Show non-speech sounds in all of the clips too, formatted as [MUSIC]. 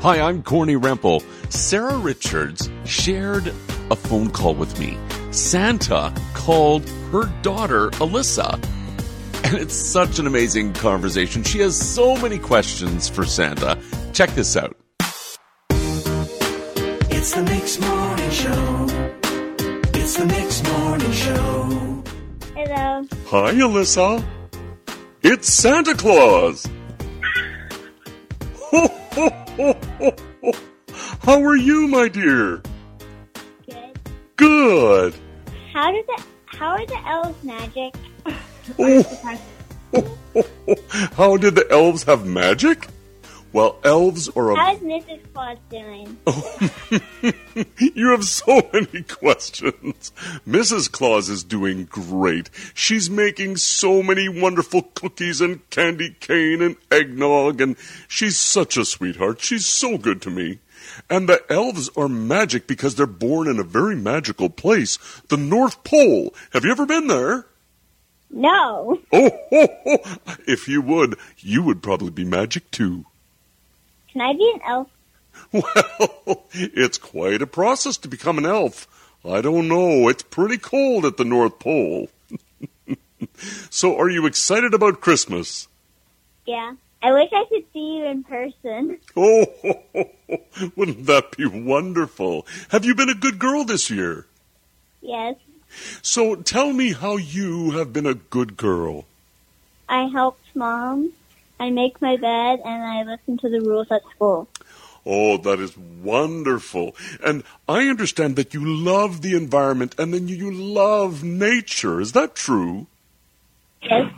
Hi, I'm Corny Rempel. Sarah Richards shared a phone call with me. Santa called her daughter Alyssa. And it's such an amazing conversation. She has so many questions for Santa. Check this out. It's the Mix Morning Show. It's the Mix Morning Show. Hello. Hi, Alyssa. It's Santa Claus. Ho, ho, ho, ho, ho. How are you, my dear? Good. Good. How do the how are the elves magic? How did the elves have magic? Well, elves are a How is Mrs. Claus doing? You have so [LAUGHS] many questions. Mrs. Claus is doing great. She's making so many wonderful cookies and candy cane and eggnog, and she's such a sweetheart. She's so good to me. And the elves are magic because they're born in a very magical place, the North Pole. Have you ever been there? No. Oh, [LAUGHS] ho, ho. if you would, you would probably be magic too. Can I be an elf? [LAUGHS] Well, it's quite a process to become an elf. I don't know. It's pretty cold at the North Pole. [LAUGHS] so, are you excited about Christmas? [LAUGHS] Yeah. I wish I could see you in person. Oh, wouldn't that be wonderful? Have you been a good girl this year? Yes. So, tell me how you have been a good girl. I helped mom. I make my bed and I listen to the rules at school. Oh, that is wonderful. And I understand that you love the environment and then you love nature. Is that true? Yes.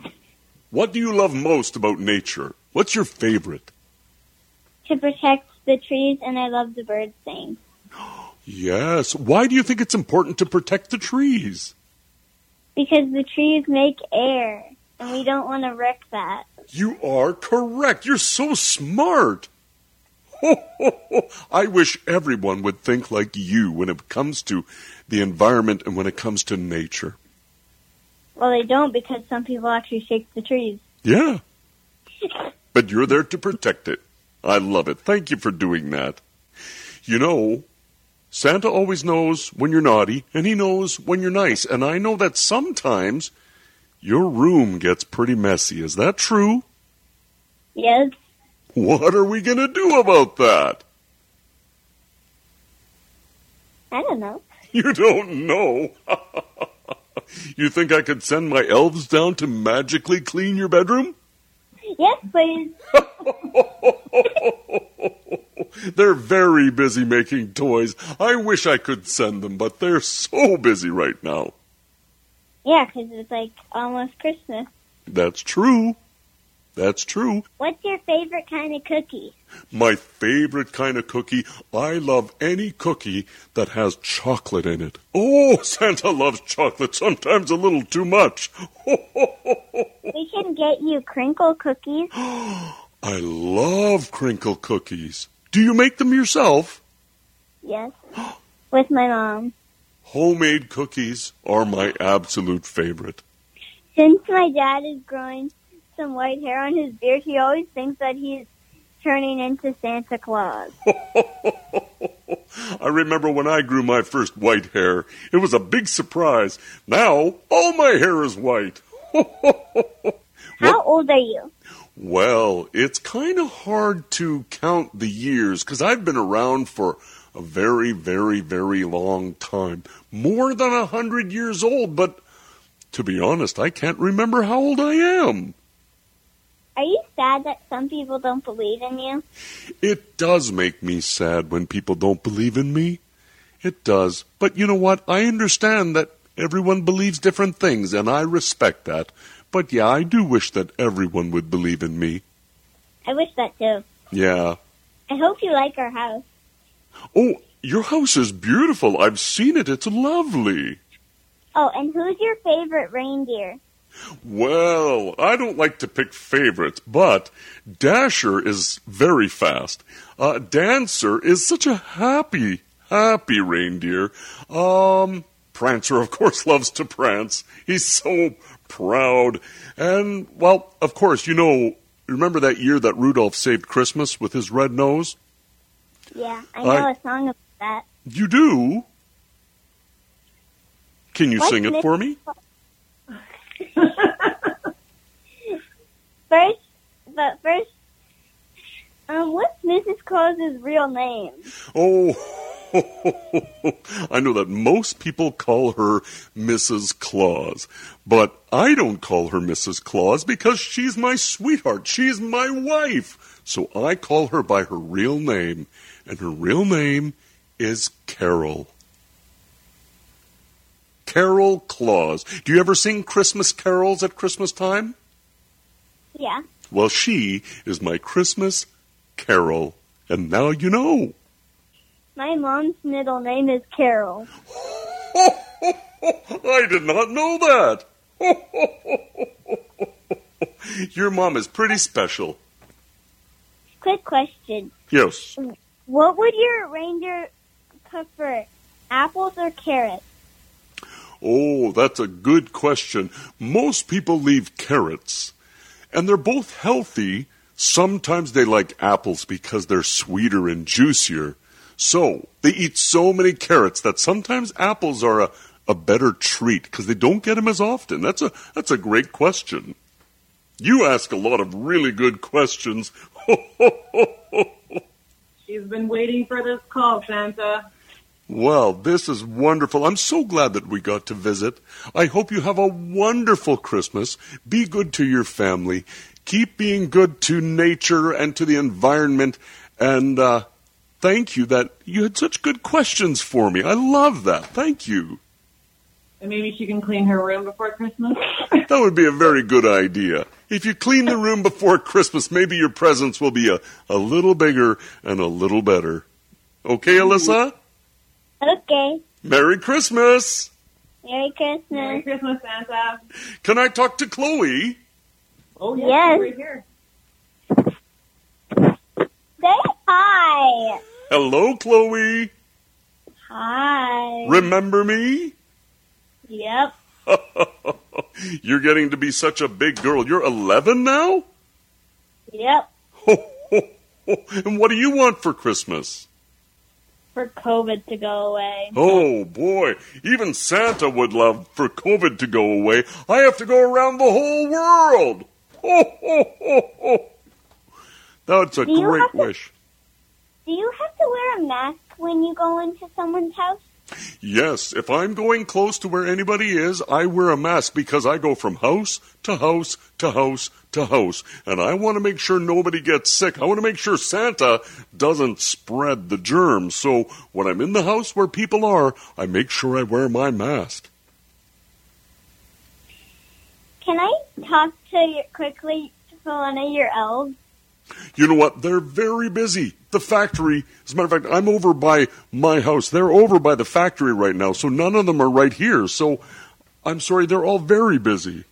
What do you love most about nature? What's your favorite? To protect the trees and I love the birds sing. Yes. Why do you think it's important to protect the trees? Because the trees make air and we don't want to wreck that. You are correct. You're so smart. Ho, ho, ho. I wish everyone would think like you when it comes to the environment and when it comes to nature. Well they don't because some people actually shake the trees. [LAUGHS] Yeah. But you're there to protect it. I love it. Thank you for doing that. You know, Santa always knows when you're naughty and he knows when you're nice. And I know that sometimes your room gets pretty messy. Is that true? Yes. What are we going to do about that? I don't know. You don't know. [LAUGHS] you think I could send my elves down to magically clean your bedroom? Yes, please. They're very busy making toys. I wish I could send them, but they're so busy right now. Yeah, 'cause it's like almost Christmas. That's true. That's true. What's your favorite kind of cookie? My favorite kind of cookie. I love any cookie that has chocolate in it. Oh, [LAUGHS] Santa loves chocolate, sometimes a little too much. [LAUGHS] We can get you crinkle cookies. I love crinkle cookies. Do you make them yourself? Yes. With my mom. Homemade cookies are my absolute favorite. Since my dad is growing some white hair on his beard, he always thinks that he's turning into Santa Claus. I remember when I grew my first white hair. It was a big surprise. Now, all my hair is white. How old are you? Well, it's kind of hard to count the years because I've been around for a very, very, very long time. More than a hundred years old, but to be honest, I can't remember how old I am. Are you sad that some people don't believe in you? It does make me sad when people don't believe in me. It does. But you know what? I understand that everyone believes different things, and I respect that. But yeah, I do wish that everyone would believe in me. I wish that too. Yeah. I hope you like our house. Oh, your house is beautiful. I've seen it. It's lovely. Oh, and who's your favorite reindeer? Well, I don't like to pick favorites, but Dasher is very fast. Uh, Dancer is such a happy, happy reindeer. Um, Prancer, of course, [LAUGHS] loves to prance. He's so proud. And, well, of course, you know, remember that year that Rudolph saved Christmas with his red nose? Yeah, I know All a song about that. You do? Can you What? sing it for me? First, but first, um, what's Mrs. Claus's real name? Oh, [LAUGHS] I know that most people call her Mrs. Claus, but I don't call her Mrs. Claus because she's my sweetheart. She's my wife. So I call her by her real name, and her real name is Carol. Carol Claus. Do you ever sing Christmas carols at Christmas time? Yeah. Well, she is my Christmas Carol. And now you know. My mom's middle name is Carol. I did not know that. [LAUGHS] Your mom is pretty special. Quick question. Yes. What would your reindeer prefer, apples or carrots? Oh, that's a good question. Most people leave carrots, and they're both healthy. Sometimes they like apples because they're sweeter and juicier. So they eat so many carrots that sometimes apples are a, a better treat because they don't get them as often. That's a that's a great question. You ask a lot of really good questions. She's been waiting for this call, Santa. Well, this is wonderful. I'm so glad that we got to visit. I hope you have a wonderful Christmas. Be good to your family. Keep being good to nature and to the environment. And uh, thank you that you had such good questions for me. I love that. Thank you. And maybe she can clean her room before Christmas. That would be a very good idea. If you clean the room before Christmas, maybe your presents will be a, a little bigger and a little better. Okay, Alyssa? Okay. Merry Christmas! Merry Merry Christmas. Christmas, Santa. Can I talk to Chloe? Oh, yes, Yes. she's right here. Say hi. Hello, Chloe. Hi. Remember me? yep. You're getting to be such a big girl. You're 11 now? Yep. and what do you want for Christmas? For COVID to go away. Oh boy, even Santa would love for COVID to go away. I have to go around the whole world. That's a Do you great have to- wish. Do you have to wear a mask when you go into someone's house? Yes, if I'm going close to where anybody is, I wear a mask because I go from house to house to house to house. And I want to make sure nobody gets sick. I want to make sure Santa doesn't spread the germ. So when I'm in the house where people are, I make sure I wear my mask. Can I talk to you quickly to one of your elves? You know what? They're very busy. The factory, as a matter of fact, I'm over by my house. They're over by the factory right now. So none of them are right here. So I'm sorry, they're all very busy.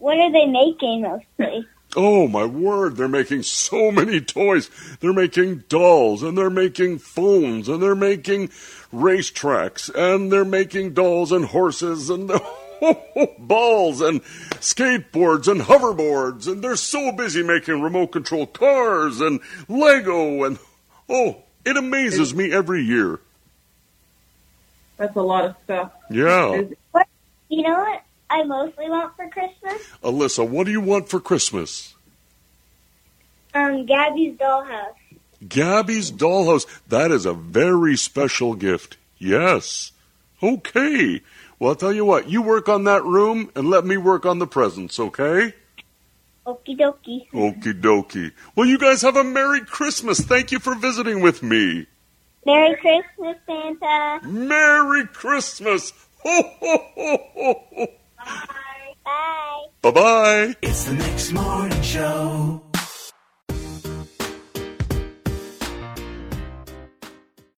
What are they making mostly? Oh my word, they're making so many toys. They're making dolls and they're making phones and they're making racetracks and they're making dolls and horses and [LAUGHS] balls and skateboards and hoverboards and they're so busy making remote control cars and Lego and oh, it amazes me every year. That's a lot of stuff. Yeah. Is- You know what I mostly want for Christmas? Alyssa, what do you want for Christmas? Um, Gabby's dollhouse. Gabby's dollhouse. That is a very special gift. Yes. Okay. Well, I'll tell you what. You work on that room and let me work on the presents, okay? Okie dokie. Okie dokie. Well, you guys have a Merry Christmas. Thank you for visiting with me. Merry Christmas, Santa. Merry Christmas. Ho, ho, ho, ho, ho. Bye. Bye-bye. It's the next morning show.